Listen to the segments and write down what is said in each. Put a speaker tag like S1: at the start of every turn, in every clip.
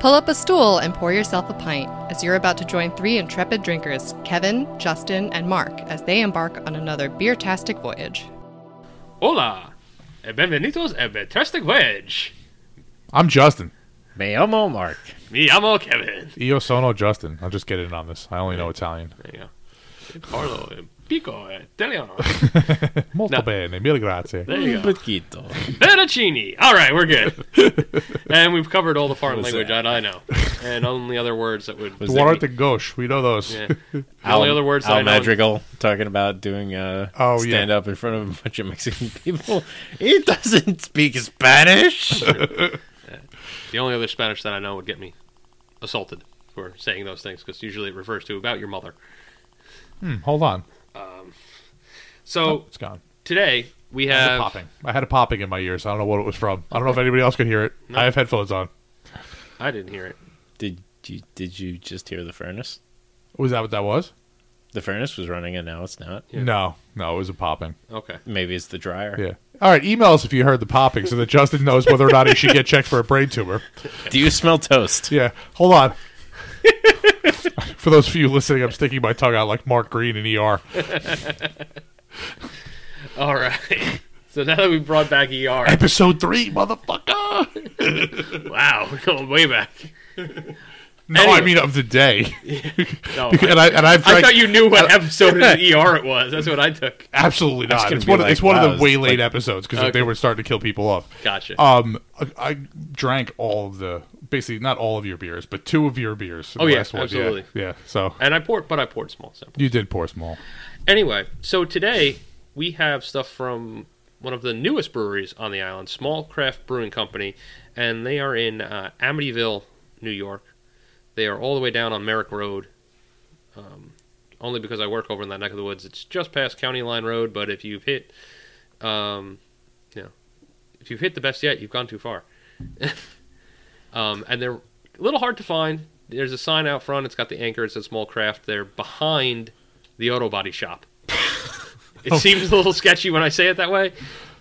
S1: Pull up a stool and pour yourself a pint as you're about to join three intrepid drinkers, Kevin, Justin, and Mark, as they embark on another beer-tastic voyage.
S2: Hola, e benvenidos a Betastic Wedge.
S3: I'm Justin.
S4: Me llamo Mark.
S2: Me amo Kevin.
S3: Io sono Justin. I'm just getting in on this. I only know Italian.
S2: There you go. Carlo, e Pico, e Italiano,
S3: Molto
S2: No.
S3: bene, mille grazie.
S2: There you
S4: Un
S2: go.
S4: poquito.
S2: Fettuccine. All right, we're good. and we've covered all the foreign
S4: What was
S2: language
S4: that?
S2: that? I know, and only other words that would.
S4: Was
S3: Duarte Gauche, we know those.
S2: Yeah. The only other words that
S4: Al
S2: I know.
S4: Madrigal talking about doing uh,
S3: Oh, yeah.
S4: stand up in front of a bunch of Mexican people. He doesn't speak Spanish.
S2: The only other Spanish that I know would get me assaulted for saying those things because usually it refers to about your mother.
S3: Hmm, hold on.
S2: So
S3: It's gone.
S2: today we
S3: I had Oh. a
S2: have.
S3: popping. I had a popping in my ears. I don't know what it was from. I don't know if anybody else could hear it. I have headphones on.
S2: I didn't hear it.
S4: did you did you just hear the furnace?
S3: Was that what that was?
S4: The furnace was running and now it's not.
S2: Yeah.
S3: No. No, it was a popping.
S2: Okay.
S4: Maybe it's the dryer.
S3: Yeah. All right, email us if you heard the popping so that Justin knows whether or not he should get checked for a brain tumor.
S4: Do you smell toast?
S3: Yeah, hold on. for those of you listening, I'm sticking my tongue out like Mark Green in ER.
S2: All right. So now that we brought back ER,
S3: Episode 3, motherfucker!
S2: wow, we're going way back.
S3: No,
S2: Anyway.
S3: I mean of the day.
S2: No, I,
S3: and, I, and I've
S2: I
S3: drank-
S2: thought you knew what episode of the ER it was. That's what I took.
S3: Absolutely not.
S4: gonna
S3: It's
S4: be
S3: one, of,
S4: like,
S3: it's one
S4: wow,
S3: of the way
S4: it's
S3: late episodes because
S2: Okay.
S3: they were starting to kill people off.
S2: Gotcha.
S3: Um, I, I drank all of the basically not all of your beers, but two of your beers. in
S2: Oh,
S3: the
S2: yeah,
S3: last one.
S2: absolutely.
S3: Yeah, yeah. So
S2: and I poured, but I poured small samples.
S3: you did pour small.
S2: Anyway, so today we have stuff from one of the newest breweries on the island, Small Craft Brewing Company, and they are in uh, Amityville, New York. They are all the way down on Merrick Road. Um, only because I work over in that neck of the woods. It's just past County Line Road, but if you've hit, um, you know, if you've hit the best yet, you've gone too far. um, and they're a little hard to find. There's a sign out front. It's got the anchor. It says Small Craft. They're behind the auto body shop. it
S3: Oh.
S2: seems a little sketchy when I say it that way,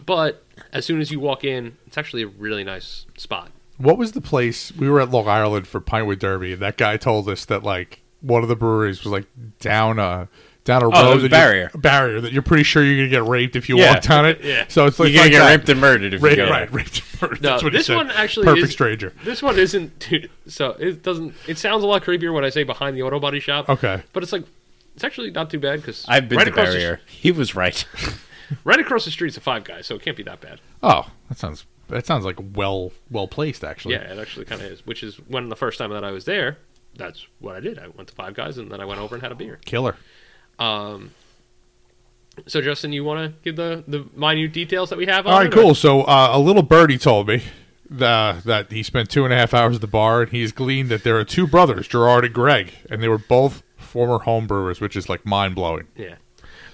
S2: but as soon as you walk in, it's actually a really nice spot.
S3: What was the place we were at Long Island for Pinewood Derby? And that guy told us that like one of the breweries was like down a down a
S4: that
S3: road
S4: Oh, was
S3: that
S4: barrier.
S3: you're, barrier that you're pretty sure you're gonna get raped if you
S4: Yeah.
S3: walk down it.
S2: Yeah.
S3: So it's like
S4: You're gonna
S3: like
S4: get
S3: that.
S4: raped and murdered if
S3: Ra-
S4: you go.
S3: right, raped. and murdered.
S2: No,
S3: That's what he
S2: this
S3: said.
S2: one actually
S3: perfect
S2: is-
S3: stranger.
S2: This one isn't too, so it doesn't. It sounds a lot creepier when I say behind the auto body shop.
S3: Okay.
S2: but it's like it's actually not too bad because
S4: I've been to
S2: across the
S4: barrier. he was right.
S2: s- right across the street's a Five Guys, so it can't be that bad.
S3: Oh, that sounds that sounds like well well placed actually.
S2: Yeah, it actually kind of is. Which is when the first time that I was there, that's what I did. I went to Five Guys and then I went over and had a beer.
S3: Killer.
S2: Um, so Justin, you want to give the the minute details that we have? on
S3: All right,
S2: it, or-
S3: cool. So uh, a little birdie told me that, that he spent two and a half hours at the bar, and he's gleaned that there are two brothers, Gerard and Greg, and they were both former home brewers, which is like mind blowing.
S2: Yeah.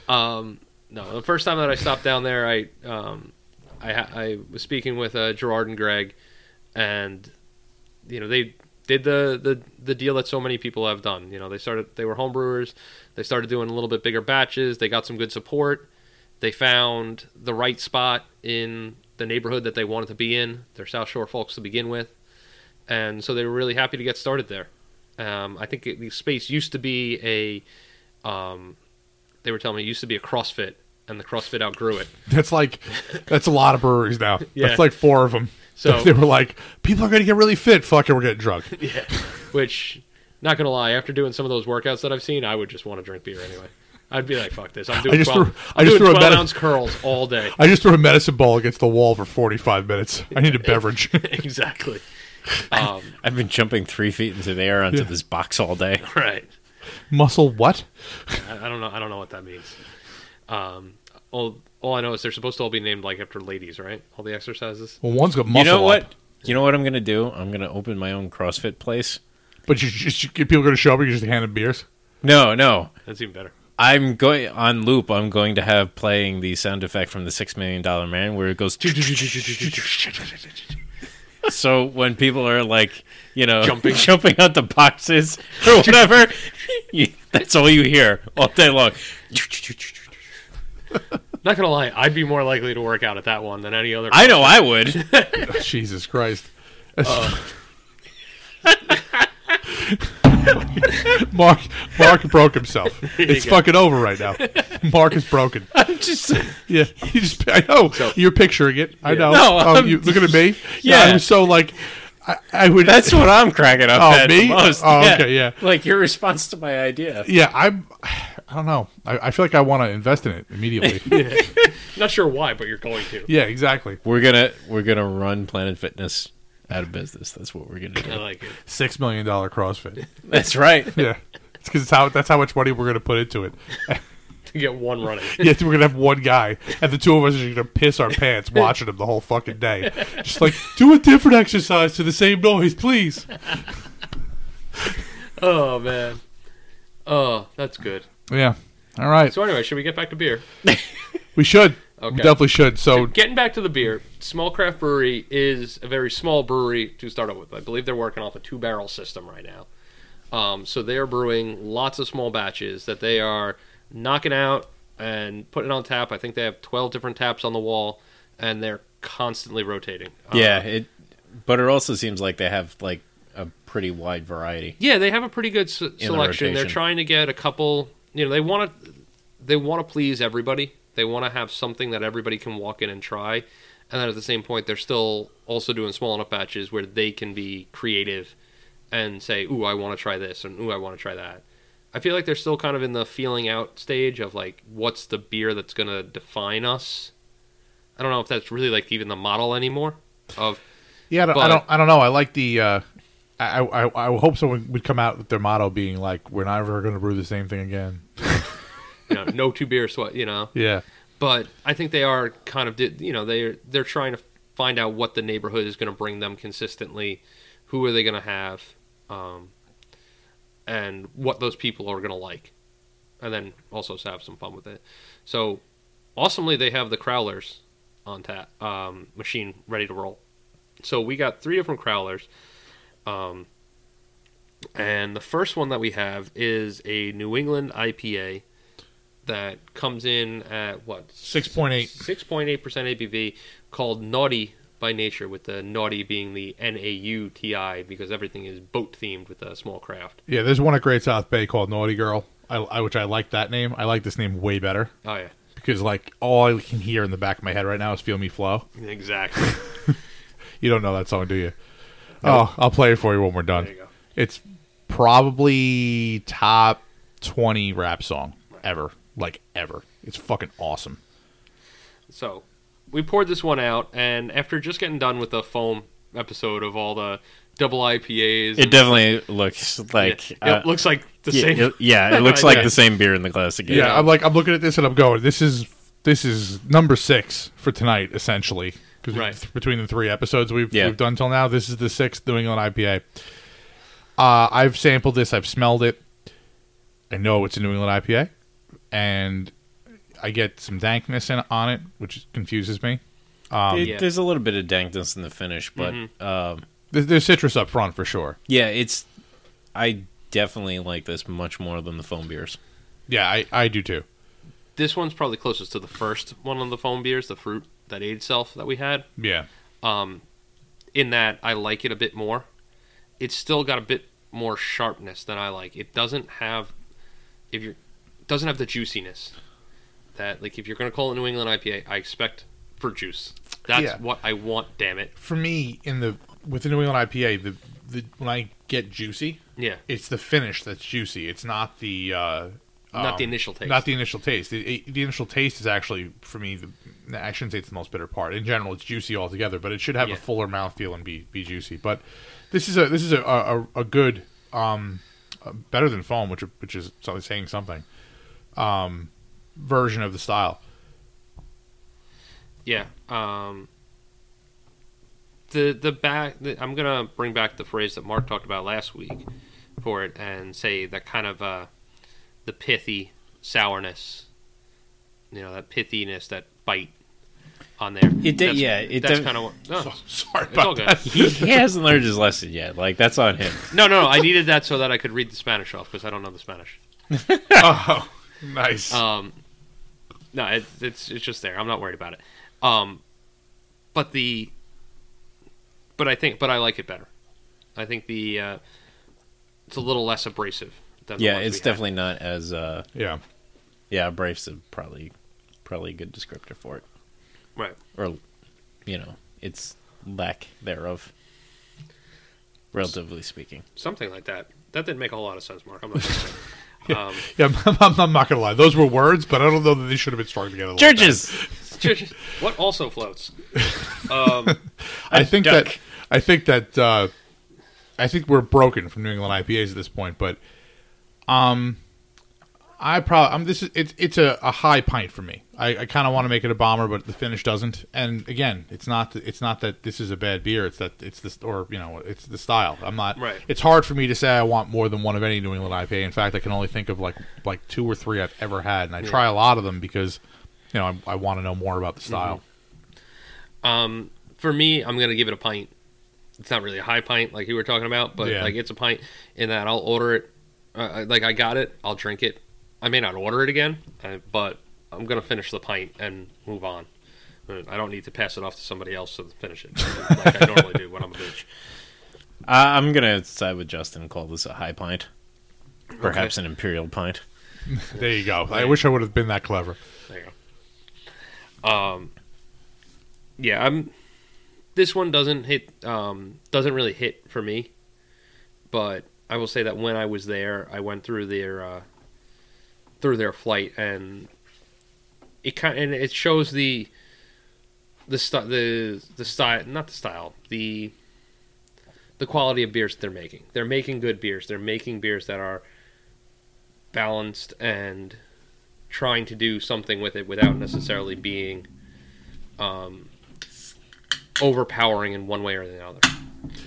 S2: Um, no, the first time that I stopped down there, I um, I, ha- I was speaking with uh, Gerard and Greg, and you know they did the, the the deal that so many people have done. You know they started they were homebrewers, they started doing a little bit bigger batches. They got some good support. They found the right spot in the neighborhood that they wanted to be in. They're South Shore folks to begin with, and so they were really happy to get started there. Um, I think it, the space used to be a um, they were telling me it used to be a CrossFit, and the CrossFit outgrew it.
S3: That's like that's a lot of breweries now.
S2: Yeah.
S3: That's like four of them.
S2: So-
S3: they were like, people are going to get really fit. Fuck it, we're getting drunk.
S2: Yeah. Which, not gonna lie, after doing some of those workouts that I've seen, I would just want to drink beer anyway. I'd be like, fuck this. I'm doing
S3: just
S2: 12,
S3: threw- I
S2: I'm
S3: just
S2: doing
S3: threw a
S2: 12
S3: meta-
S2: ounce curls all day.
S3: I just threw a medicine ball against the wall for forty five minutes. I need a beverage.
S2: exactly. Um,
S4: I've been jumping three feet into the air onto this box all day.
S2: right.
S3: Muscle what?
S2: I, I don't know. I don't know what that means. Um, all all I know is they're supposed to all be named like after ladies, right? All the exercises.
S3: Well, one's got muscle.
S4: you know what?
S3: up,
S4: You know what I'm gonna do? I'm gonna open my own CrossFit place.
S3: but you just you- people are going to show up. and You just hand them beers.
S4: No, no.
S2: That's even better.
S4: I'm going on loop. I'm going to have playing the sound effect from the Six Million Dollar Man, where it goes. so when people are like, you know,
S2: Jumping.
S4: jumping out the boxes or whatever, you, that's all you hear all day long.
S2: Not gonna lie, I'd be more likely to work out at that one than any other.
S4: I know I would.
S3: Jesus Christ. Mark Mark broke himself.
S2: you
S3: It's
S2: go.
S3: fucking over right now. Mark is broken.
S4: I'm just
S3: Yeah, you just I know you're picturing it. I know.
S4: No,
S3: oh,
S4: I'm-
S3: you looking at me?
S4: Yeah.
S3: I'm so like I, I would.
S4: that's what I'm cracking up
S3: Oh,
S4: at
S3: me?
S4: the most.
S3: Oh, okay, yeah.
S4: Like your response to my idea.
S3: yeah. I'm. I don't know. I, I feel like I want to invest in it immediately. yeah.
S2: Not sure why, but you're going to.
S3: exactly.
S4: We're gonna we're gonna run Planet Fitness out of business. That's what we're gonna
S2: I
S4: do.
S2: like it.
S3: Six million dollar CrossFit.
S4: That's right.
S3: Yeah, it's because it's how that's how much money we're gonna put into it.
S2: To get one running.
S3: Yeah, we're gonna have one guy, and the two of us are gonna piss our pants watching him the whole fucking day. Just like do a different exercise to the same noise, please.
S2: Oh man. Oh, that's good.
S3: Yeah. All right.
S2: So anyway, should we get back to beer?
S3: We should.
S2: Okay.
S3: We definitely should. So
S2: Getting back to the beer, Small Craft Brewery is a very small brewery to start out with. I believe they're working off a two barrel system right now. Um, so they are brewing lots of small batches that they are knocking out and putting on tap. I think they have 12 different taps on the wall, and they're constantly rotating. Uh,
S4: Yeah, it but it also seems like they have like a pretty wide variety.
S2: Yeah, they have a pretty good se-
S4: the
S2: selection. They're
S4: rotation.
S2: trying to get a couple. You know, they want to they want to please everybody. They want to have something that everybody can walk in and try. And then at the same point, they're still also doing small enough batches where they can be creative and say, "Ooh, I want to try this," and "Ooh, I want to try that." I feel like they're still kind of in the feeling out stage of like, what's the beer that's going to define us? I don't know if that's really like even the model anymore. Of
S3: yeah, I don't, I
S2: But-
S3: don't. I don't know. I like the. Uh, I, I I- I would hope someone would come out with their motto being like, "We're never going to brew the same thing again."
S2: you know, no two beer sweat, you know.
S3: Yeah.
S2: but I think they are kind of did you know they they're trying to find out what the neighborhood is going to bring them consistently, who are they going to have, um, and what those people are going to like, and then also to have some fun with it. So, awesomely they have the crowlers on tap um, machine ready to roll. So we got three different crowlers, um, and the first one that we have is a New England IPA that comes in at what
S3: Six point eight.
S2: six point eight percent ABV, called Naughty by Nature, with the naughty being the N A U T I because everything is boat themed with a small craft.
S3: Yeah, there's one at Great South Bay called Naughty Girl. I, I which I like that name. I like this name way better
S2: Oh yeah,
S3: because like all I can hear in the back of my head right now is "Feel Me Flow."
S2: exactly.
S3: You don't know that song, do you? Oh, I'll play it for you when we're done.
S2: There you go.
S3: It's probably top twenty rap song ever, like ever. It's fucking awesome.
S2: So we poured this one out, and after just getting done with the foam episode of all the double IPAs,
S4: It definitely looks like
S2: it,
S4: uh,
S2: looks like the
S4: yeah,
S2: same.
S4: it- yeah, it looks like
S2: Yeah.
S4: the same beer in the glass again.
S3: Yeah, I'm like I'm looking at this and I'm going, this is this is number six for tonight, essentially. Because
S2: Right.
S3: between the three episodes we've
S4: Yeah.
S3: we've done till now, this is the sixth New England IPA. Uh, I've sampled this, I've smelled it. I know it's a New England IPA, and I get some dankness in, on it, which confuses me.
S4: It-
S2: um, yeah. Mm-hmm.
S4: There's a little bit of dankness in the finish, but um,
S3: There- There's citrus up front for sure.
S4: yeah, it's. I definitely like this much more than the foam beers.
S3: Yeah, I, I do too.
S2: This one's probably closest to the first one on the foam beers, the fruit that aged self that we had.
S3: Yeah,
S2: um, in that I like it a bit more. It's still got a bit more sharpness than I like. It doesn't have if you're doesn't have the juiciness that like if you're gonna call it New England IPA, I expect for juice. That's
S3: Yeah.
S2: what I want. Damn it.
S3: for me in the with the New England IPA, the, the when I get juicy,
S2: Yeah.
S3: it's the finish that's juicy. It's not the uh,
S2: Not the
S3: um,
S2: initial taste.
S3: Not the initial taste. It- it- the initial taste is actually for me. The, I shouldn't say it's the most bitter part. In general, it's juicy altogether, but it should have
S2: Yeah.
S3: a fuller mouthfeel and be, be juicy. But this is a this is a a, a good um, uh, better than foam, which which is something saying something. Um, version of the style.
S2: Yeah. Um, the the back. The, I'm gonna bring back the phrase that Mark talked about last week for it, and say that kind of uh, the pithy sourness. You know that pithiness, that bite on there.
S4: It did-
S2: That's-
S4: yeah, it
S2: that's
S4: def-
S2: kind of what. No,
S3: Sorry
S2: it's all
S3: about
S2: good.
S3: that.
S4: He, he hasn't learned his lesson yet. Like that's on him.
S2: no, no, no. I needed that so that I could read the Spanish off because I don't know the Spanish.
S3: oh, nice.
S2: Um, no, it, it's it's just there. I'm not worried about it. Um, but the, but I think, but I like it better. I think the uh, it's a little less abrasive. Than the
S4: yeah,
S2: ones
S4: it's
S2: we had.
S4: definitely not as uh,
S3: Yeah.
S4: yeah, abrasive. Probably, probably a good descriptor for it,
S2: right.
S4: or you know, it's lack thereof, relatively speaking.
S2: Something like that. That didn't make a whole lot of sense, Mark. I'm not gonna say. um,
S3: Yeah, I'm, I'm- I'm not going to lie. Those were words, but I don't know that they should have been strung together. like that.
S4: Churches.
S2: what also floats?
S3: I think
S4: duck.
S3: that I think that uh, I think we're broken from New England IPAs at this point, but um, I probably I'm this is it's it's a, a high pint for me. I, I kind of want to make it a bomber, but the finish doesn't. And again, it's not th- it's not that this is a bad beer. It's that it's this or you know it's the style. I'm not.
S2: Right.
S3: It's hard for me to say I want more than one of any New England IPA. In fact, I can only think of like like two or three I've ever had, and I try a lot of them because you know I, I want to know more about the style.
S2: Um, for me, I'm gonna give it a pint. It's not really a high pint like you were talking about, but
S3: Yeah.
S2: like it's a pint in that I'll order it. Uh, I- like I got it, I'll drink it. I may not order it again, uh, but I'm gonna finish the pint and move on. Uh, I don't need to pass it off to somebody else to finish it like I normally do when I'm a bitch.
S4: I Uh, I'm gonna side with Justin. and Call this a high pint, perhaps an imperial pint.
S3: There you go. I wish I would have been that clever.
S2: There you go. Um, yeah, I'm. This one doesn't hit. Um, doesn't really hit for me, but I will say that when I was there, I went through their uh, through their flight, and it kind and it shows the the sti- the the style, not the style, the the quality of beers that they're making. They're making good beers. They're making beers that are balanced and trying to do something with it without necessarily being um, overpowering in one way or the other.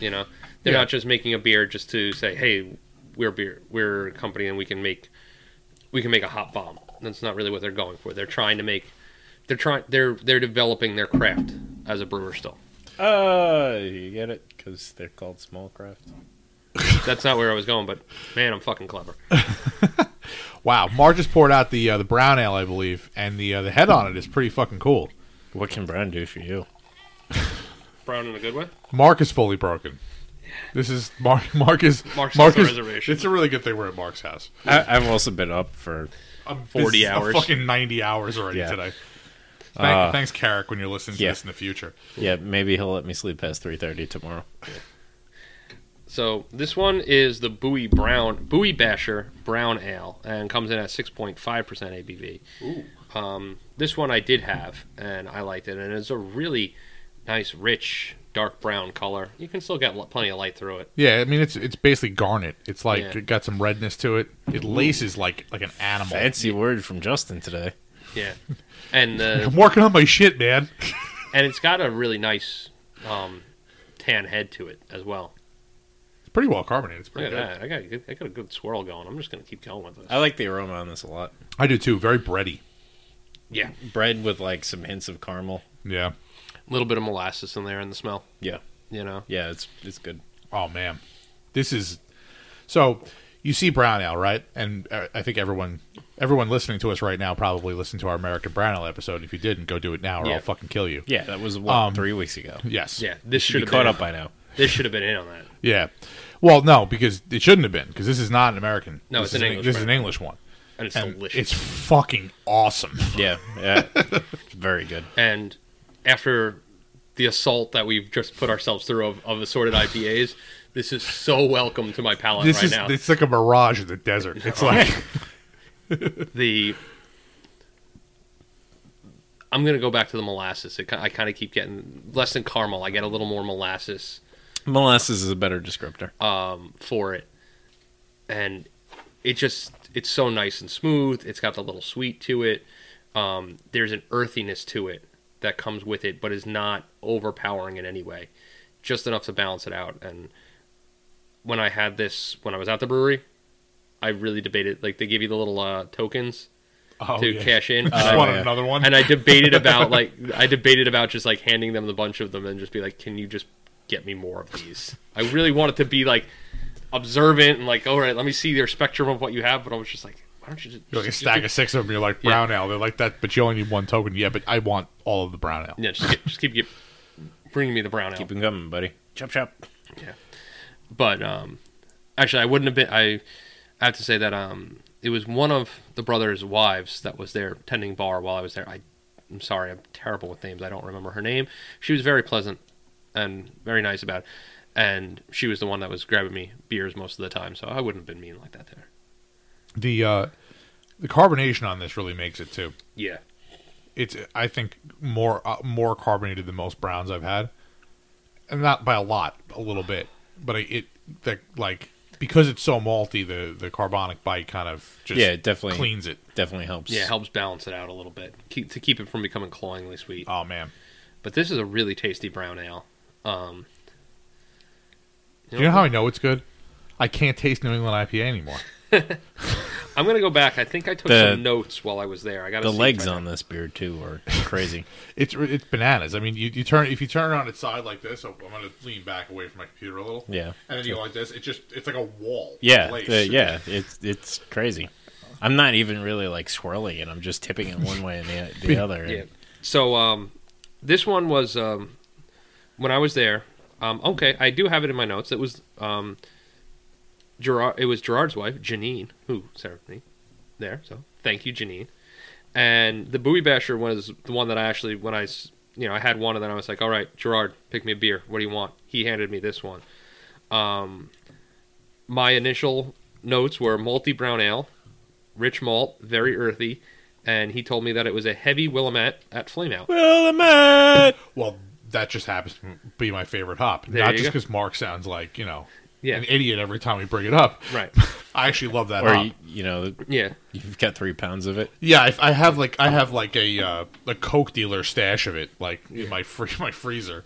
S2: You know, they're
S3: Yeah.
S2: not just making a beer just to say, "Hey, we're beer, we're a company, and we can make we can make a hot bomb." That's not really what they're going for. They're trying to make they're trying they're they're developing their craft as a brewer still.
S4: Uh, you get it because they're called small craft.
S2: That's not where I was going, but man, I'm fucking clever.
S3: Wow, Marge just poured out the uh, the brown ale, I believe, and the uh, the head on it is pretty fucking cool.
S4: What can Brown do for you?
S2: Brown in a good way.
S3: Mark is fully broken. This is Mark. Mark is
S2: Mark's
S3: Mark
S2: on
S3: is,
S2: reservation.
S3: It's a really good thing we're at Mark's house.
S4: I, I've also been up for
S3: I'm this
S2: 40
S3: is a
S2: hours.
S3: fucking ninety hours already
S4: Yeah.
S3: today. Thank,
S4: Uh,
S3: thanks, Carrick, when you're listening to
S4: yeah.
S3: this in the future.
S4: yeah. Maybe he'll let me sleep past three thirty tomorrow.
S2: So this one is the Bowie Brown Bowie Basher Brown Ale, and comes in at six point five percent ABV. Ooh. Um, this one I did have, and I liked it, and it's a really nice, rich, dark brown color. You can still get l- plenty of light through it.
S3: Yeah, I mean it's it's basically garnet. It's like
S2: Yeah.
S3: it got some redness to it. It laces like like an animal.
S4: Fancy word from Justin today.
S2: Yeah, and uh,
S3: I'm working on my shit, man.
S2: and it's got a really nice um, tan head to it as well.
S3: It's pretty well carbonated. It's pretty
S2: Look at
S3: good.
S2: that! I got a good, I got a good swirl going. I'm just gonna keep going with this.
S4: I like the aroma on this a lot.
S3: I do too. Very bready.
S2: yeah,
S4: Bread with like some hints of caramel.
S3: Yeah.
S2: a little bit of molasses in there in the smell.
S4: Yeah,
S2: You know,
S4: yeah. It's it's good.
S3: Oh man, this is so. You see brown ale, right? And uh, I think everyone, everyone listening to us right now, probably listened to our American brown ale episode. If you didn't, go do it now, or
S2: Yeah.
S3: I'll fucking kill you.
S4: Yeah, that was what,
S3: Um,
S4: three weeks ago.
S3: Yes.
S2: yeah, this
S4: Should
S2: should
S4: be
S2: have
S4: caught
S2: been,
S4: up by now.
S2: This should have been in on that.
S3: Yeah. Well, no, because it shouldn't have been, because this is not an American.
S2: No,
S3: This
S2: it's an
S3: is
S2: English
S3: This is an
S2: brown.
S3: English one,
S2: and it's
S3: and
S2: delicious.
S3: it's fucking awesome.
S4: Yeah, yeah. Very good.
S2: and after the assault that we've just put ourselves through of, of assorted IPAs, this is so welcome to my palate
S3: This
S2: right
S3: is
S2: now.
S3: it's like a mirage in the desert. It's like
S2: The I'm gonna go back to the molasses. It, ki- I kind of keep getting less than caramel. I get a little more molasses
S4: Molasses is a better descriptor.
S2: um, for it, and it just it's so nice and smooth. It's got the little sweet to it. Um, there's an earthiness to it that comes with it, but is not overpowering in any way. Just enough to balance it out. And when I had this, when I was at the brewery, I really debated. Like they give you the little uh, tokens
S3: oh,
S2: to
S3: yeah.
S2: cash in.
S3: Just
S2: And I-
S3: wanted
S4: yeah.
S3: another one.
S2: and I debated about like I debated about just like handing them the bunch of them and just be like, can you just get me more of these? I really wanted to be like observant and like, all right, let me see your spectrum of what you have. But I was just like, why don't you just,
S3: You're like a
S2: just-
S3: stack of
S2: just-
S3: six of them. You're like
S2: Yeah.
S3: brown ale. They're like that, but you only need one token. Yeah, but I want all of the brown ale.
S2: yeah, just, get, just keep get, bringing me the brown ale.
S4: Keep 'em coming, buddy. Chop chop.
S2: But um, Actually, I wouldn't have been. I, I have to say that um, it was one of the brothers' wives that was there tending bar while I was there. I, I'm sorry, I'm terrible with names. I don't remember her name. She was very pleasant and very nice about it. And she was the one that was grabbing me beers most of the time, so I wouldn't have been mean like that there.
S3: The uh, the carbonation on this really makes it too.
S2: Yeah.
S3: It's I think more uh, more carbonated than most browns I've had, and not by a lot, a little bit, but I- it that like because it's so malty, the the carbonic bite kind of just
S4: Yeah, it definitely-
S3: cleans it.
S4: Definitely helps.
S2: Yeah, it helps balance it out a little bit keep, to keep it from becoming cloyingly sweet.
S3: Oh man,
S2: But this is a really tasty brown ale. Um,
S3: you know how I know it's good? I can't taste New England IPA anymore.
S2: I'm gonna go back. I think I took
S4: The-
S2: some notes while I was there. I got
S4: The legs on this beer too are crazy.
S3: It's it's bananas. I mean, you, you turn if you turn it on its side like this. oh, I'm going to lean back away from my computer a little.
S4: Yeah.
S3: and then you go like this. It just it's like a wall.
S4: Yeah,
S3: of lace.
S4: the- yeah, it's it's crazy. I'm not even really like swirling it. I'm just tipping it one way and the, the other.
S2: Yeah. So um, this one was um, when I was there. Um, okay, I do have it in my notes. It was um, Gerard. It was Gerard's wife, Janine, who served me there. So thank you, Janine. And the Bowie Basher was the one that I actually when I s- you know I had one and then I was like, all right, Gerard, pick me a beer. What do you want? He handed me this one. Um, my initial notes were multi brown ale, rich malt, very earthy, and he told me that it was a heavy Willamette at Flame Out.
S4: Willamette.
S3: Well, that just happens to be my favorite hop.
S2: There
S3: Not
S2: you
S3: just
S2: go.
S3: because Mark sounds like you know
S2: Yeah.
S3: an idiot every time we bring it up.
S2: Right.
S3: I actually love that
S4: Or
S3: hop.
S4: you, you know,
S2: Yeah.
S4: you've got three pounds of it.
S3: Yeah, I, I have like I have like a uh, a Coke dealer stash of it, like in my free, my freezer.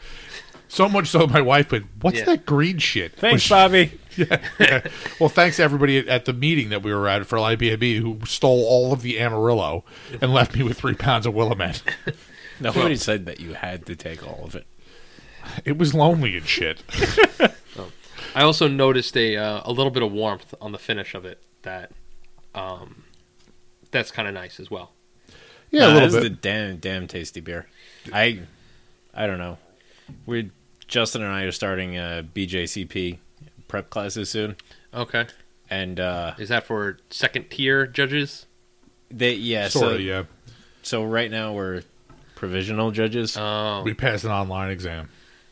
S3: So much so, my wife went, "What's
S2: Yeah.
S3: that green shit?"
S4: Thanks,
S3: Which-
S4: Bobby.
S3: Well, thanks to everybody at, at the meeting that we were at for IBAB who stole all of the Amarillo and left me with three pounds of Willamette.
S4: Nobody said that you had to take all of it.
S3: It was lonely and shit.
S2: I also noticed a uh, a little bit of warmth on the finish of it that um that's kind of nice as well.
S3: Yeah,
S4: No,
S3: a
S4: this
S3: little
S4: is
S3: bit.
S4: a damn damn tasty beer. I I don't know. We Justin and I are starting uh, BJCP prep classes soon,
S2: Okay.
S4: and uh,
S2: Is that for second tier judges?
S4: they yeah
S3: Sort
S4: so
S3: of, yeah.
S4: so right now we're provisional judges,
S2: Oh.
S3: We passed an online exam.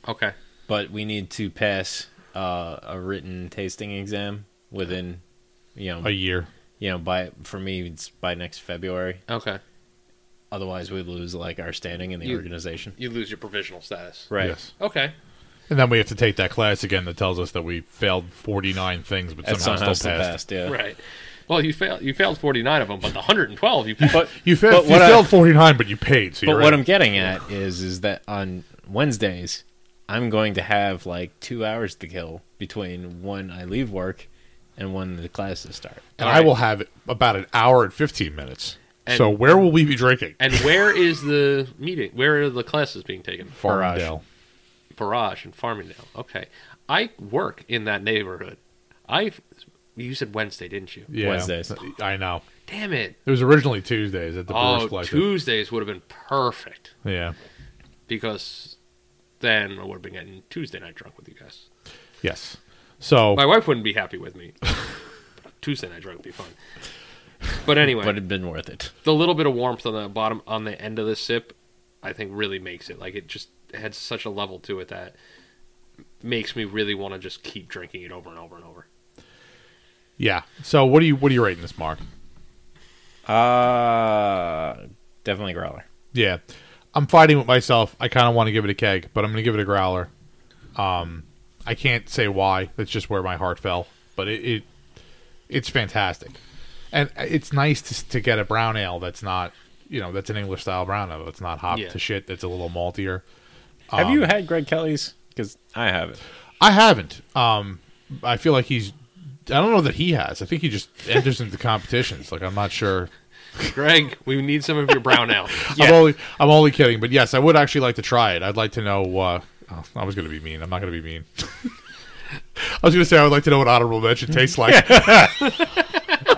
S2: Okay.
S4: but we need to pass uh, a written tasting exam within you know
S3: A year.
S4: you know by for me it's by next February.
S2: Okay.
S4: Otherwise, we lose like our standing in the
S2: You-
S4: organization.
S2: You lose your provisional status.
S4: Right.
S3: Yes.
S2: Okay.
S3: And then we have to take that class again that tells us that we failed 49 things but
S4: That's
S3: somehow,
S4: somehow
S3: still passed.
S4: yeah.
S2: Right. Well, you failed you failed 49 of them, but the 112 you
S4: But
S3: You, failed,
S4: But
S3: you
S4: what I-
S3: failed 49, but you paid. So
S4: But
S3: you're
S4: what
S3: right.
S4: I'm getting at is is that on Wednesdays, I'm going to have like two hours to kill between when I leave work and when the classes start.
S3: and I will have about an hour and 15 minutes.
S2: And-
S3: so where will we be drinking?
S2: And where is the meeting? Where are the classes being taken?
S4: Barrage.
S3: Farmdale.
S2: Barrage in Farmingdale. Okay. I work in that neighborhood. I you said Wednesday, didn't you?
S3: Yeah,
S4: Wednesdays.
S3: I know.
S2: Damn it.
S3: It was originally Tuesdays at the Brewers
S2: Oh,
S3: Collective.
S2: Tuesdays would have been perfect
S3: yeah.
S2: because then I would have been getting Tuesday night drunk with you guys.
S3: Yes. So
S2: My wife wouldn't be happy with me. Tuesday night drunk would be fun. But anyway,
S4: But it'd been worth it.
S2: the little bit of warmth on the bottom on the end of the sip, I think really makes it like it just had such a level to it that makes me really want to just keep drinking it over and over and over.
S3: yeah. So what do you what are you rating this, Mark?
S4: Uh definitely growler.
S3: Yeah. I'm fighting with myself. I kind of want to give it a keg, but I'm going to give it a growler. Um, I can't say why. That's just where my heart fell. But it, it it's fantastic, and it's nice to, to get a brown ale that's not you know that's an English style brown ale. It's not hop
S2: Yeah.
S3: to shit. That's a little maltier.
S4: have you had Greg Kelly's? Because I have it.
S3: I haven't. Um, I feel like he's. I don't know that he has. I think he just enters into competitions. Like I'm not sure.
S2: Greg, we need some of your brown ale.
S3: I'm only I'm only kidding, but yes, I would actually like to try it. I'd like to know. Uh, oh, I was going to be mean. I'm not going to be mean. I was going to say I would like to know what honorable mention tastes like.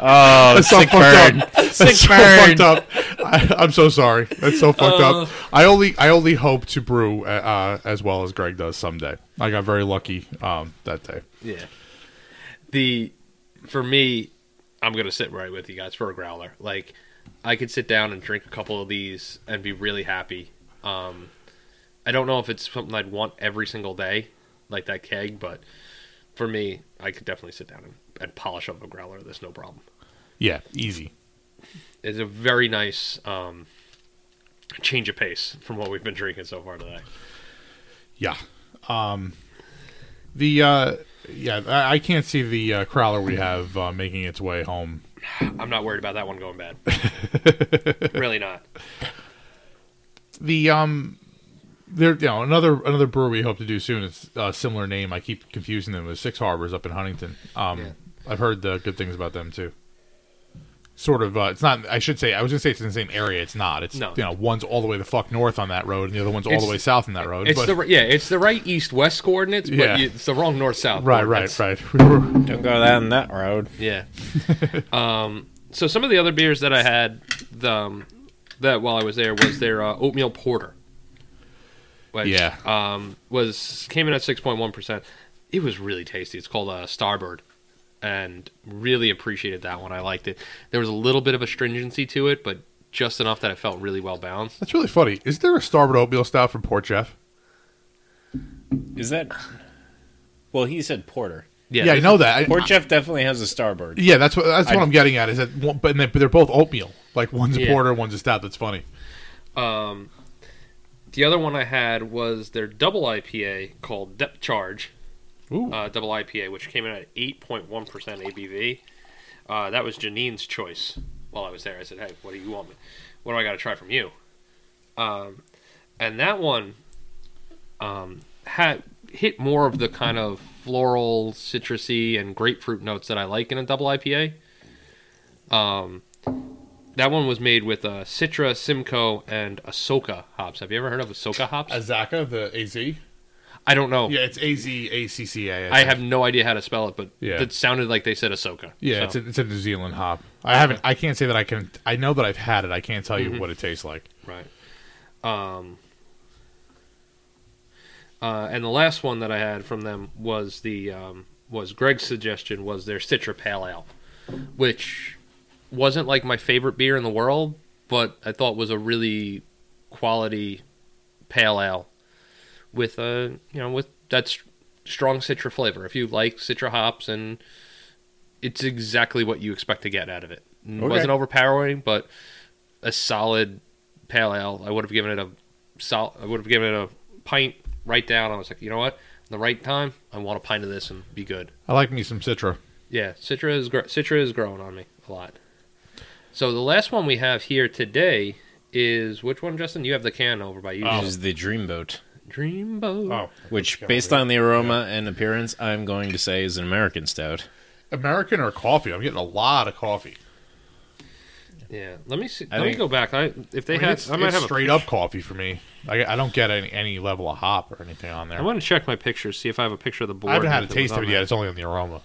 S4: Oh,
S3: That's so fucked up. That's so
S4: burn.
S3: fucked up. I, I'm so sorry. That's so fucked up. I only I only hope to brew uh, uh, as well as Greg does someday. I got very lucky um, that day.
S2: Yeah. the for me, I'm gonna sit right with you guys for a growler. Like I could sit down and drink a couple of these and be really happy. Um, I don't know if it's something I'd want every single day, like that keg, but for me, I could definitely sit down and, and polish up a growler. That's no problem.
S3: Yeah, easy.
S2: It's a very nice um, change of pace from what we've been drinking so far today.
S3: Yeah. Um, the uh, yeah, I, I can't see the uh, crowler we have uh, making its way home.
S2: I'm not worried about that one going bad. really not.
S3: The um, there you know another another brewery we hope to do soon. It's a similar name. I keep confusing them with Six Harbors up in Huntington. Um,
S2: Yeah.
S3: I've heard the good things about them too. Sort of, uh, it's not. I should say. I was gonna say it's in the same area. It's not. It's
S2: No.
S3: you know one's all the way the fuck north on that road, and the other one's all
S2: It's-
S3: the way south on that road.
S2: It's
S3: but-
S2: the the yeah, it's the right east west coordinates, but
S3: Yeah.
S2: you, it's the wrong north south.
S3: right, right,
S2: coordinates.
S3: right. We were
S4: Don't go down that road.
S2: Yeah. um, so some of the other beers that I had the, um, that while I was there was their uh, oatmeal porter. Which,
S3: Yeah.
S2: Um, was came in at six point one percent. It was really tasty. It's called uh, Starbird, and really appreciated that one. I liked it. There was a little bit of astringency to it, but just enough that it felt really well balanced.
S3: That's really funny. Is there a starboard oatmeal stout from Port Jeff?
S4: Is that? Well, he said porter.
S3: Yeah, I know that. I-
S4: Port Jeff definitely has a starboard.
S3: yeah, that's what that's what I'm getting at. Is that one, but, they, but they're both oatmeal. Like one's a
S2: Yeah.
S3: porter, one's a stout. That's funny.
S2: Um, the other one I had was their double IPA called Depth Charge,
S3: Ooh,
S2: uh, double IPA, which came in at 8.1% ABV. Uh, that was Janine's choice while I was there. I said, hey, what do you want me? What do I got to try from you? Um, and that one um, had hit more of the kind of floral, citrusy, and grapefruit notes that I like in a double IPA. Um, that one was made with uh, Citra, Simcoe, and Ahsoka hops. Have you ever heard of Ahsoka hops?
S3: Azaka, the AZ.
S2: I don't know.
S3: Yeah, it's A Z A C C A.
S2: I have no idea how to spell it, but
S3: Yeah.
S2: that sounded like they said Ahsoka.
S3: Yeah,
S2: So-
S3: it's, a, it's a New Zealand hop. I haven't. I can't say that I can. I know that I've had it. I can't tell
S2: Mm-hmm.
S3: you what it tastes like.
S2: right. Um, uh, and the last one that I had from them was the um, was Greg's suggestion was their Citra Pale Ale, which wasn't like my favorite beer in the world, but I thought was a really quality pale ale with a you know with that s- strong Citra flavor. If you like Citra hops and it's exactly what you expect to get out of it. It
S4: Okay.
S2: wasn't overpowering, but a solid pale ale. I would have given it a sol- I would have given it a pint right down. I was like, you know what? The right time, I want a pint of this and be good.
S3: I like me some Citra.
S2: Yeah, Citra is gr- Citra is growing on me a lot. So the last one we have here today is which one, Justin? You have the can over by you.
S3: Oh.
S4: Which is the Dreamboat,
S2: Dreamboat.
S4: which, based on the aroma and appearance, I'm going to say is an American stout.
S3: American or coffee? I'm getting a lot of coffee.
S2: Yeah. Let me see.
S4: I
S2: Let me
S4: think-
S2: go back. I if they
S3: I mean,
S2: had,
S3: it's,
S2: I might
S3: it's
S2: have
S3: straight
S2: a,
S3: up coffee for me. I, I don't get any, any level of hop or anything on
S2: I
S3: there.
S2: want to check my picture, see if I have a picture of the board.
S3: I haven't had a
S2: if was
S3: taste of
S2: on
S3: it
S2: there.
S3: yet. It's only on the aroma.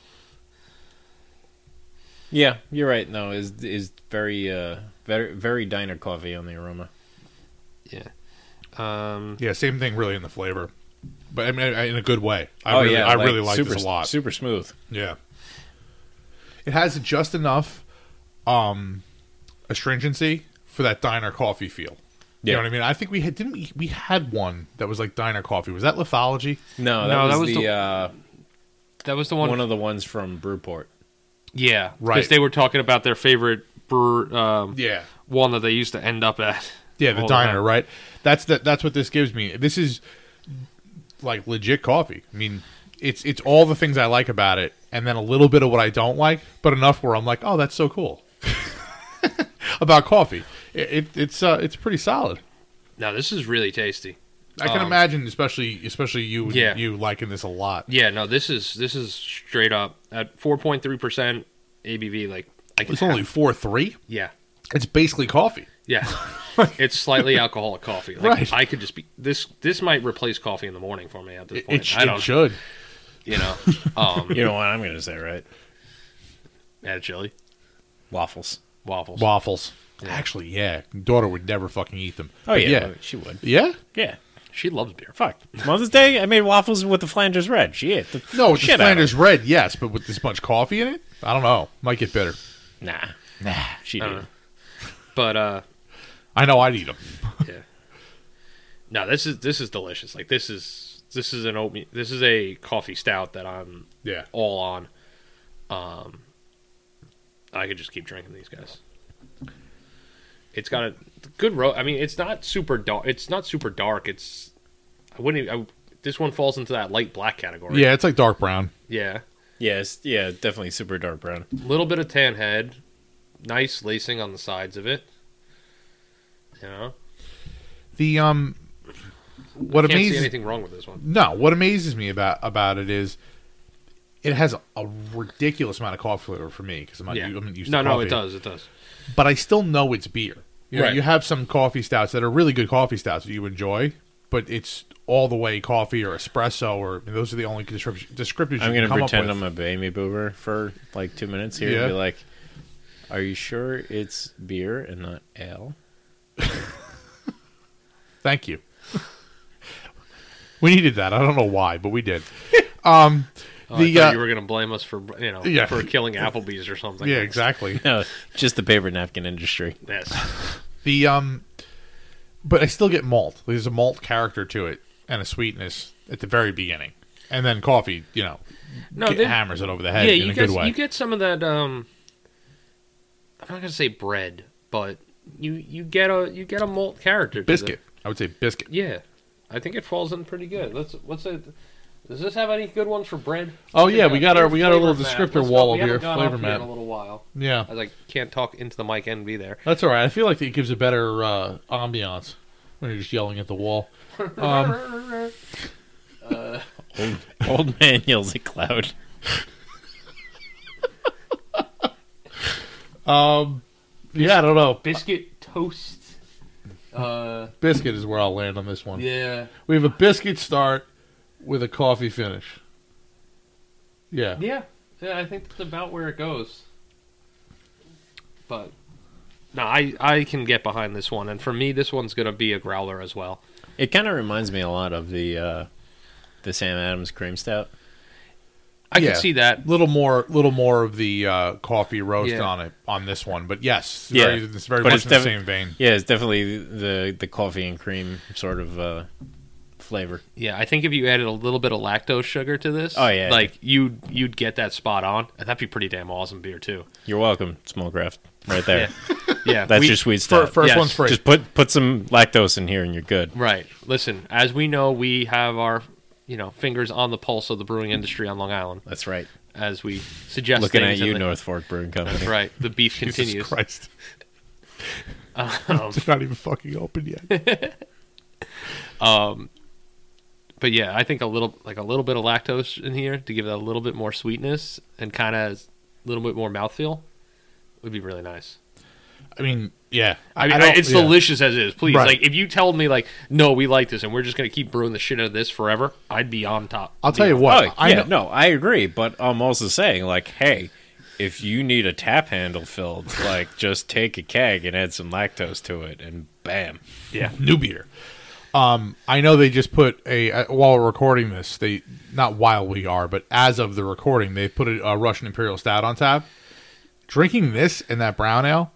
S4: Yeah, you're right. No, is is very uh very very diner coffee on the aroma.
S2: Um,
S3: Yeah, same thing really in the flavor, but I mean I- in a good way. I really, I really like
S4: Oh, super,
S3: this a lot.
S4: Super smooth.
S3: Yeah, it has just enough um astringency for that diner coffee feel. You
S4: Yeah.
S3: know what I mean? I think we had didn't we, we had one that was like diner coffee. Was that lithology?
S4: No, that
S2: No,
S4: was,
S2: that was
S4: the,
S2: the-
S4: uh,
S2: that was the one.
S4: one of the ones from Brewport.
S2: yeah,
S3: Right.
S2: Because they were talking about their favorite brewer, um,
S3: Yeah.
S2: one that they used to end up at.
S3: Yeah, the
S2: all
S3: diner,
S2: time.
S3: right? That's that. That's what this gives me. This is like legit coffee. I mean, it's it's all the things I like about it, and then a little bit of what I don't like, but enough where I'm like, oh, that's so cool about coffee. It, it, it's uh, it's pretty solid.
S2: Now this is really tasty.
S3: I can
S2: Um,
S3: imagine, especially especially you
S2: Yeah.
S3: you liking this a lot.
S2: Yeah, no, this is this is straight up at 4.3% ABV. Like, I can
S3: It's only four three.
S2: yeah,
S3: It's basically coffee.
S2: yeah. it's slightly alcoholic coffee. Like,
S3: Right.
S2: I could just be this. This might replace coffee in the morning for me at this
S3: It,
S2: point.
S3: it sh-
S2: I
S3: it
S2: don't,
S3: should.
S2: you know, um,
S4: You know what I'm going to say, right?
S2: add chili,
S4: Waffles.
S2: waffles.
S3: Waffles. Actually, yeah. Daughter would never fucking eat them.
S4: Oh
S3: But
S4: yeah, she would.
S3: yeah.
S4: Yeah,
S2: She loves beer.
S4: Fuck. Mother's Day, I made waffles with the Flanders red. She ate the
S3: No, with the
S4: shit out of
S3: Flanders red, yes, but with this much coffee in it, I don't know. Might get bitter.
S4: it. Nah. Nah. She
S2: I don't know.
S4: did.
S2: But uh,
S3: I know I'd eat them.
S2: yeah. No, this is this is delicious. Like this is this is an oatmeal. This is a coffee stout that I'm
S3: Yeah.
S2: all on. Um, I could just keep drinking these guys. It's got a good roast. I mean, it's not super dark. It's not super dark. It's I wouldn't. Even, I, this one falls into that light black category.
S3: Yeah, it's like dark brown.
S2: yeah.
S4: Yeah, it's, yeah, definitely super dark brown.
S2: Little bit of tan head, nice lacing on the sides of it. You know,
S3: The um, what
S2: can't see
S3: amazes
S2: anything wrong with this one.
S3: no, what amazes me about about it is it has a, a ridiculous amount of coffee flavor for me because I'm not,
S2: Yeah.
S3: u- I'm not used
S2: No,
S3: to
S2: no,
S3: coffee.
S2: it does. It does.
S3: But I still know it's beer. You, know,
S2: Right.
S3: you have some coffee stouts that are really good coffee stouts that you enjoy, but it's all the way coffee or espresso or and those are the only descriptions. descriptives
S4: I'm
S3: you can
S4: gonna
S3: come
S4: pretend
S3: up
S4: I'm
S3: with.
S4: a baby boomer for like two minutes here
S3: Yeah.
S4: and be like, "Are you sure it's beer and not ale?"
S3: Thank you. we needed that. I don't know why, but we did.
S2: Oh,
S3: Um, the
S2: I thought
S3: uh,
S2: you were gonna blame us for you know
S3: Yeah.
S2: for killing Applebee's or something.
S3: yeah, exactly.
S4: No, just the paper napkin industry.
S2: Yes.
S3: The um, but I still get malt. There's a malt character to it and a sweetness at the very beginning, and then coffee. You know,
S2: No,
S3: get-
S2: they-
S3: hammers it over the head
S2: yeah,
S3: in
S2: you
S3: a
S2: guys,
S3: good way.
S2: you get some of that. Um, I'm not gonna say bread, but you you get a you get a malt character to
S3: biscuit. I would say
S2: the-
S3: biscuit.
S2: yeah, I think it falls in pretty good. Let's what's it? Does this have any good ones for bread?
S3: Oh,
S2: Check
S3: yeah,
S2: out
S3: we got our- we got our
S2: flavor
S3: little
S2: map.
S3: descriptor
S2: Let's
S3: wall
S2: we
S3: over
S2: haven't
S3: here,
S2: gone
S3: flavor
S2: off here
S3: map.
S2: in a little while.
S3: Yeah,
S2: I was like, can't talk into the mic and be there.
S3: that's all right. I feel like it gives a better uh, ambiance when you're just yelling at the wall. Um,
S4: Old, old man yells at cloud.
S3: Yeah, I don't know.
S2: Biscuit toast. Uh,
S3: Biscuit is where I'll land on this one.
S2: yeah,
S3: We have a biscuit start with a coffee finish. Yeah,
S2: yeah, yeah. I think that's about where it goes. But no, I I can get behind this one, and for me, this one's gonna be a growler as well.
S4: It kind of reminds me a lot of the uh, the Sam Adams cream stout.
S2: I
S3: Yeah.
S2: can see that.
S3: little more, little more of the uh, coffee roast
S2: Yeah.
S3: on it on this one. But yes,
S4: Yeah.
S3: very, it's very
S4: But
S3: much
S4: it's
S3: in the
S4: defi-
S3: same vein.
S4: Yeah, it's definitely the the coffee and cream sort of uh, flavor.
S2: Yeah, I think if you added a little bit of lactose sugar to this,
S4: Oh, yeah.
S2: like you you'd get that spot on, and that'd be pretty damn awesome beer too.
S4: You're welcome, small craft. Right there.
S2: Yeah,
S4: That's
S2: we-
S4: your sweet
S3: Fir-
S4: stuff.
S3: first
S2: Yes,
S3: one's free.
S4: Just put put some lactose in here and you're good.
S2: Right. Listen, as we know, we have our you know fingers on the pulse of the brewing industry on Long Island
S4: That's right.
S2: as we suggest.
S4: Looking at
S2: things and
S4: you,
S2: the-
S4: North Fork Brewing Company.
S2: Right. The beef
S3: Jesus
S2: continues.
S3: Christ.
S2: Um,
S3: It's not even fucking open yet.
S2: but yeah, I think a little like a little bit of lactose in here to give it a little bit more sweetness and kind of a little bit more mouthfeel would be really nice.
S3: I mean, yeah.
S2: I mean,
S3: don't-
S2: it's
S3: yeah.
S2: delicious as is. Please,
S3: Right.
S2: like if you told me like, no, we like this and we're just gonna keep brewing the shit out of this forever, I'd be on top.
S3: I'll tell you
S2: Yeah.
S3: what.
S4: Oh,
S3: I
S4: yeah,
S3: know,
S4: no, I agree, but I'm also saying like, hey, if you need a tap handle filled, like just take a keg and add some lactose to it, and bam.
S2: Yeah.
S3: new beer. Um, I know they just put a uh, while we're recording this. They not while we are, but as of the recording, they put a, a Russian Imperial Stout on tap. Drinking this and that brown ale,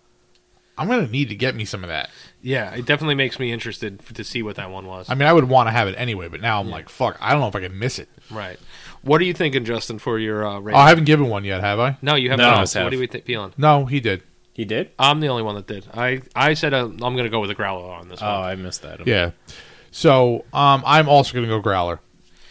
S3: I'm gonna need to get me some of that.
S2: Yeah, it definitely makes me interested f- to see what that one was.
S3: I mean, I would want to have it anyway, but now I'm like, fuck, I don't know if I can miss it.
S2: right. What are you thinking, Justin, for your uh,
S3: Oh,
S2: rating?
S3: I haven't given one yet, have I?
S2: no, you have
S4: None of
S2: not.
S4: us
S2: So What are
S4: have.
S2: we th- feeling?
S3: No, he did.
S4: He did?
S2: I'm the only one that did. I I said uh, I'm going to go with a growler on this
S4: Oh,
S2: one.
S4: I missed that.
S3: Yeah. So um, I'm also going to go growler.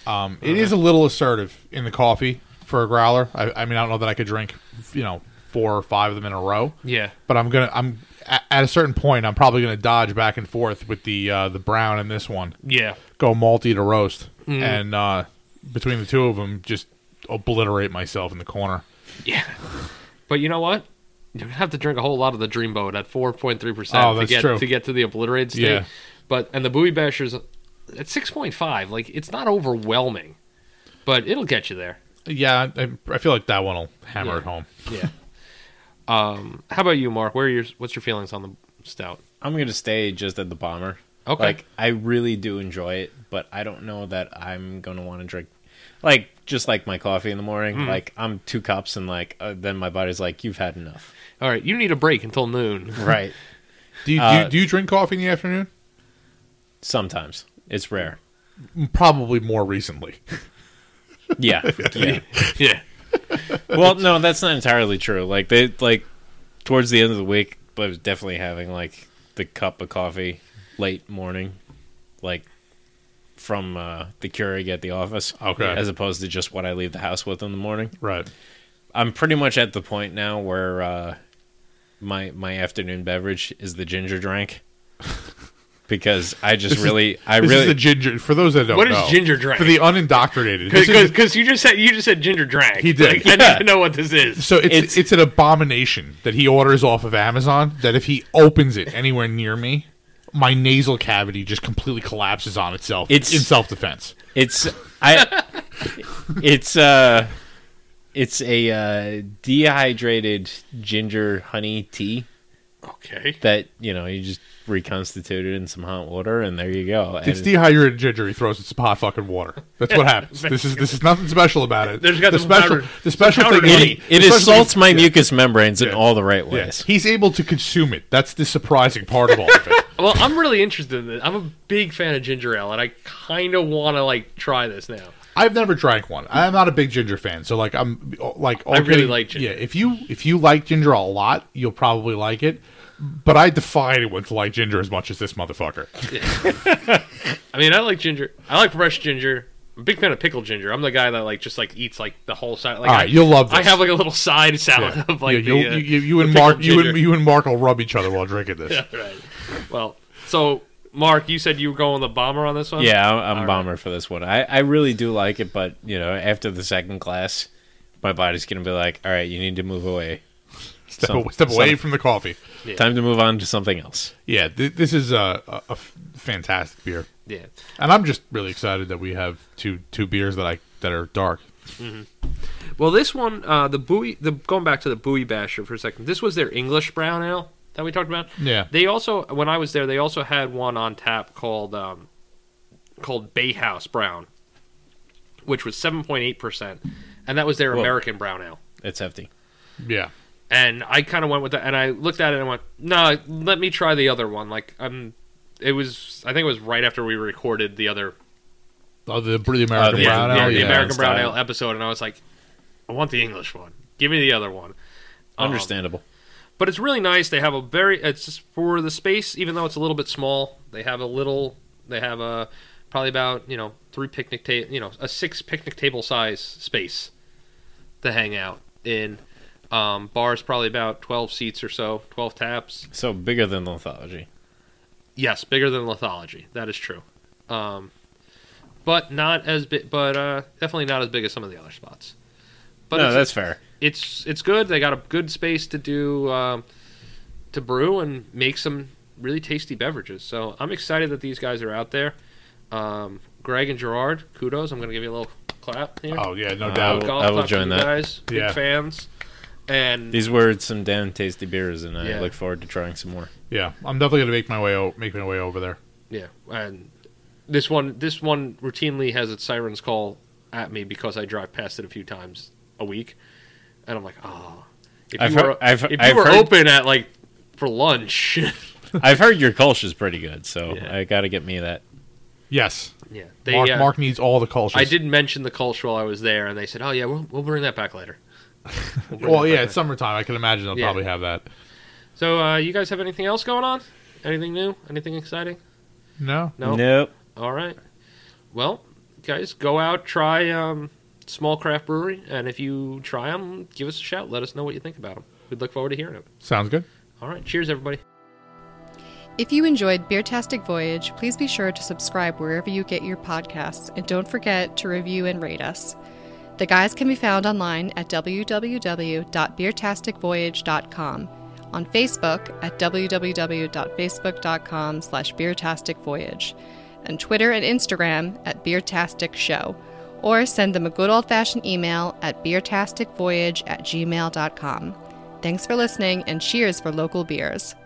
S3: Um, it is a little assertive in the coffee for a growler. I, I mean, I don't know that I could drink, you know, four or five of them in a row.
S2: Yeah.
S3: But I'm gonna. I'm at, at a certain point. I'm probably going to dodge back and forth with the uh, the brown and this one.
S2: Yeah.
S3: Go malty to roast, and uh, between the two of them, just obliterate myself in the corner.
S2: Yeah. But you know what? You're gonna have to drink a whole lot of the Dreamboat at 4.3
S3: Oh,
S2: percent to
S3: that's
S2: get
S3: true.
S2: to get to the obliterated state.
S3: Yeah.
S2: But and the Buoy Bashers at 6.5. Like it's not overwhelming, but it'll get you there.
S3: Yeah, I, I feel like that one will hammer
S2: Yeah.
S3: it home.
S2: Yeah. um. How about you, Mark? Where are your what's your feelings on the stout?
S4: I'm gonna stay just at the bomber.
S2: Okay.
S4: Like I really do enjoy it, but I don't know that I'm gonna want to drink. Like just like my coffee in the morning, like I'm two cups and like uh, then my body's like you've had enough.
S2: All right, you need a break until noon.
S4: Right.
S3: Do you, do,
S4: Uh,
S3: you, do you drink coffee in the afternoon?
S4: Sometimes it's rare.
S3: Probably more recently.
S4: Yeah. Yeah.
S2: yeah.
S4: well, no, that's not entirely true. Like they like towards the end of the week, I was definitely having like the cup of coffee late morning, like from uh, the Keurig at the office.
S3: Okay.
S4: as opposed to just what I leave the house with in the morning.
S3: Right.
S4: I'm pretty much at the point now where uh, my my afternoon beverage is the ginger drink because I just really I
S3: This is
S4: really
S3: the ginger. For those that don't
S2: What is
S3: know,
S2: ginger drink?
S3: for the unindoctrinated. This is-
S2: Because you just said you just said ginger drank.
S3: He did.
S2: Like, I
S4: Yeah.
S2: need to know what this is.
S3: so it's, it's
S4: it's-
S3: an abomination that he orders off of Amazon. That if he opens it anywhere near me, my nasal cavity just completely collapses on itself.
S4: It's-
S3: in self defense.
S4: It's I. it's uh, it's a uh, dehydrated ginger honey tea
S2: Okay.
S4: that you know you just reconstitute it in some hot water and there you go. And
S3: It's dehydrated ginger. He throws it some hot fucking water. That's what happens. This is this is nothing special about it.
S2: There's got
S3: the
S2: some
S3: special
S2: powder-
S3: the special
S2: powder
S3: thing
S2: in
S3: is
S4: it,
S3: the
S4: it
S3: special thing-
S4: assaults my mucous membranes in all the right
S3: yeah,
S4: ways.
S3: He's able to consume it. That's the surprising part of all of it.
S2: Well, I'm really interested in this. I'm a big fan of ginger ale, and I kind of want to like try this now.
S3: I've never drank one. I'm not a big ginger fan, so like I'm like
S2: I really
S3: okay,
S2: like ginger.
S3: Yeah, if you if you like ginger a lot, you'll probably like it. But I defy anyone to like ginger as much as this motherfucker.
S2: I mean, I like ginger. I like fresh ginger. I'm a big fan of pickled ginger. I'm the guy that like just like eats like the whole side. Like,
S3: All right, you'll love this.
S2: I have like a little side salad of like
S3: yeah, you'll-
S2: the, uh,
S3: you, you, you and
S2: pickled
S3: Mark you and,
S2: ginger.
S3: you and Mark will rub each other while drinking this.
S2: right. Well, so Mark, you said you were going the bomber on this one.
S4: Yeah, I'm, I'm bomber for this one. I, I really do like it, but you know, after the second class, my body's gonna be like, all right, you need to move away.
S3: Step,
S4: Some-
S3: step away
S4: some-
S3: from the coffee.
S4: Time to move on to something else.
S3: Yeah, th- this is a, a, a f- fantastic beer,
S2: Yeah.
S3: and I'm just really excited that we have two two beers that I that are dark.
S2: Well, this one, uh, the buoy, the going back to the buoy basher for a second. This was their English brown ale that we talked about.
S3: Yeah.
S2: They also, when I was there, they also had one on tap called um, called Bay House Brown, which was seven point eight percent, and that was their
S4: Whoa.
S2: American brown ale.
S4: It's hefty.
S3: Yeah,
S2: and I kind of went with that. And I looked at it and went, "No, let me try the other one." Like, um, it was I think it was right after we recorded the other
S3: oh, the the American
S4: the-
S3: brown
S2: Uh, the,
S3: ale.
S2: the
S3: yeah.
S2: American Brown
S4: Style.
S2: Ale episode, and I was like, "I want the English one. Give me the other one." Um,
S4: Understandable.
S2: but it's really nice. They have a very it's just for the space, even though it's a little bit small. They have a little. They have a probably about you know three picnic table, you know, a six picnic table size space to hang out in. Um, bars probably about twelve seats or so, twelve taps.
S4: so bigger than lithology.
S2: Yes, bigger than lithology. That is true. Um, but not as big, but uh, definitely not as big as some of the other spots. But
S4: no,
S2: it's,
S4: that's fair.
S2: it's it's good. They got a good space to do um, to brew and make some really tasty beverages. So I'm excited that these guys are out there. Um, Greg and Gerard, kudos. I'm going to give you a little clap here.
S3: Oh yeah, no
S4: Uh,
S3: doubt.
S4: I will-
S2: Golf
S4: I will
S2: clap to
S4: join
S2: you
S4: that.
S2: Guys, big
S3: Yeah.
S2: fans, and
S4: These were some damn tasty beers, and I
S2: Yeah.
S4: look forward to trying some more.
S3: Yeah, I'm definitely gonna make my way o- make my way over there.
S2: Yeah, and this one this one routinely has its sirens call at me because I drive past it a few times a week, and I'm like, oh, if
S4: I've
S2: you were
S4: heard- I've-
S2: if you
S4: I've
S2: were
S4: heard-
S2: open at like for lunch,
S4: I've heard your Kolsch is pretty good, so
S2: Yeah.
S4: I got to get me that.
S3: Yes,
S2: yeah, they.
S3: Mark,
S2: uh,
S3: Mark needs all the cultures.
S2: I did mention the culture while I was there, and they said, oh yeah, we'll, we'll bring that back later. We'll bring
S3: Well,
S2: that
S3: yeah,
S2: back
S3: it's summertime. I can imagine they'll
S2: Yeah.
S3: probably have that.
S2: later. So, uh, you guys have anything else going on? Anything new? Anything exciting?
S3: No,
S2: No.
S4: Nope.
S2: All right. Well, guys, go out, try um, Small Craft Brewery, and if you try them, give us a shout. Let us know what you think about them. We'd look forward to hearing it.
S3: sounds good.
S2: All right. Cheers, everybody.
S1: If you enjoyed Beertastic Voyage, please be sure to subscribe wherever you get your podcasts and don't forget to review and rate us. The guys can be found online at www.beertasticvoyage.com, on Facebook at www.facebook.com slash beertasticvoyage, and Twitter and Instagram at Beertastic Show, or send them a good old-fashioned email at beertasticvoyage at gmail.com. Thanks for listening and cheers for local beers.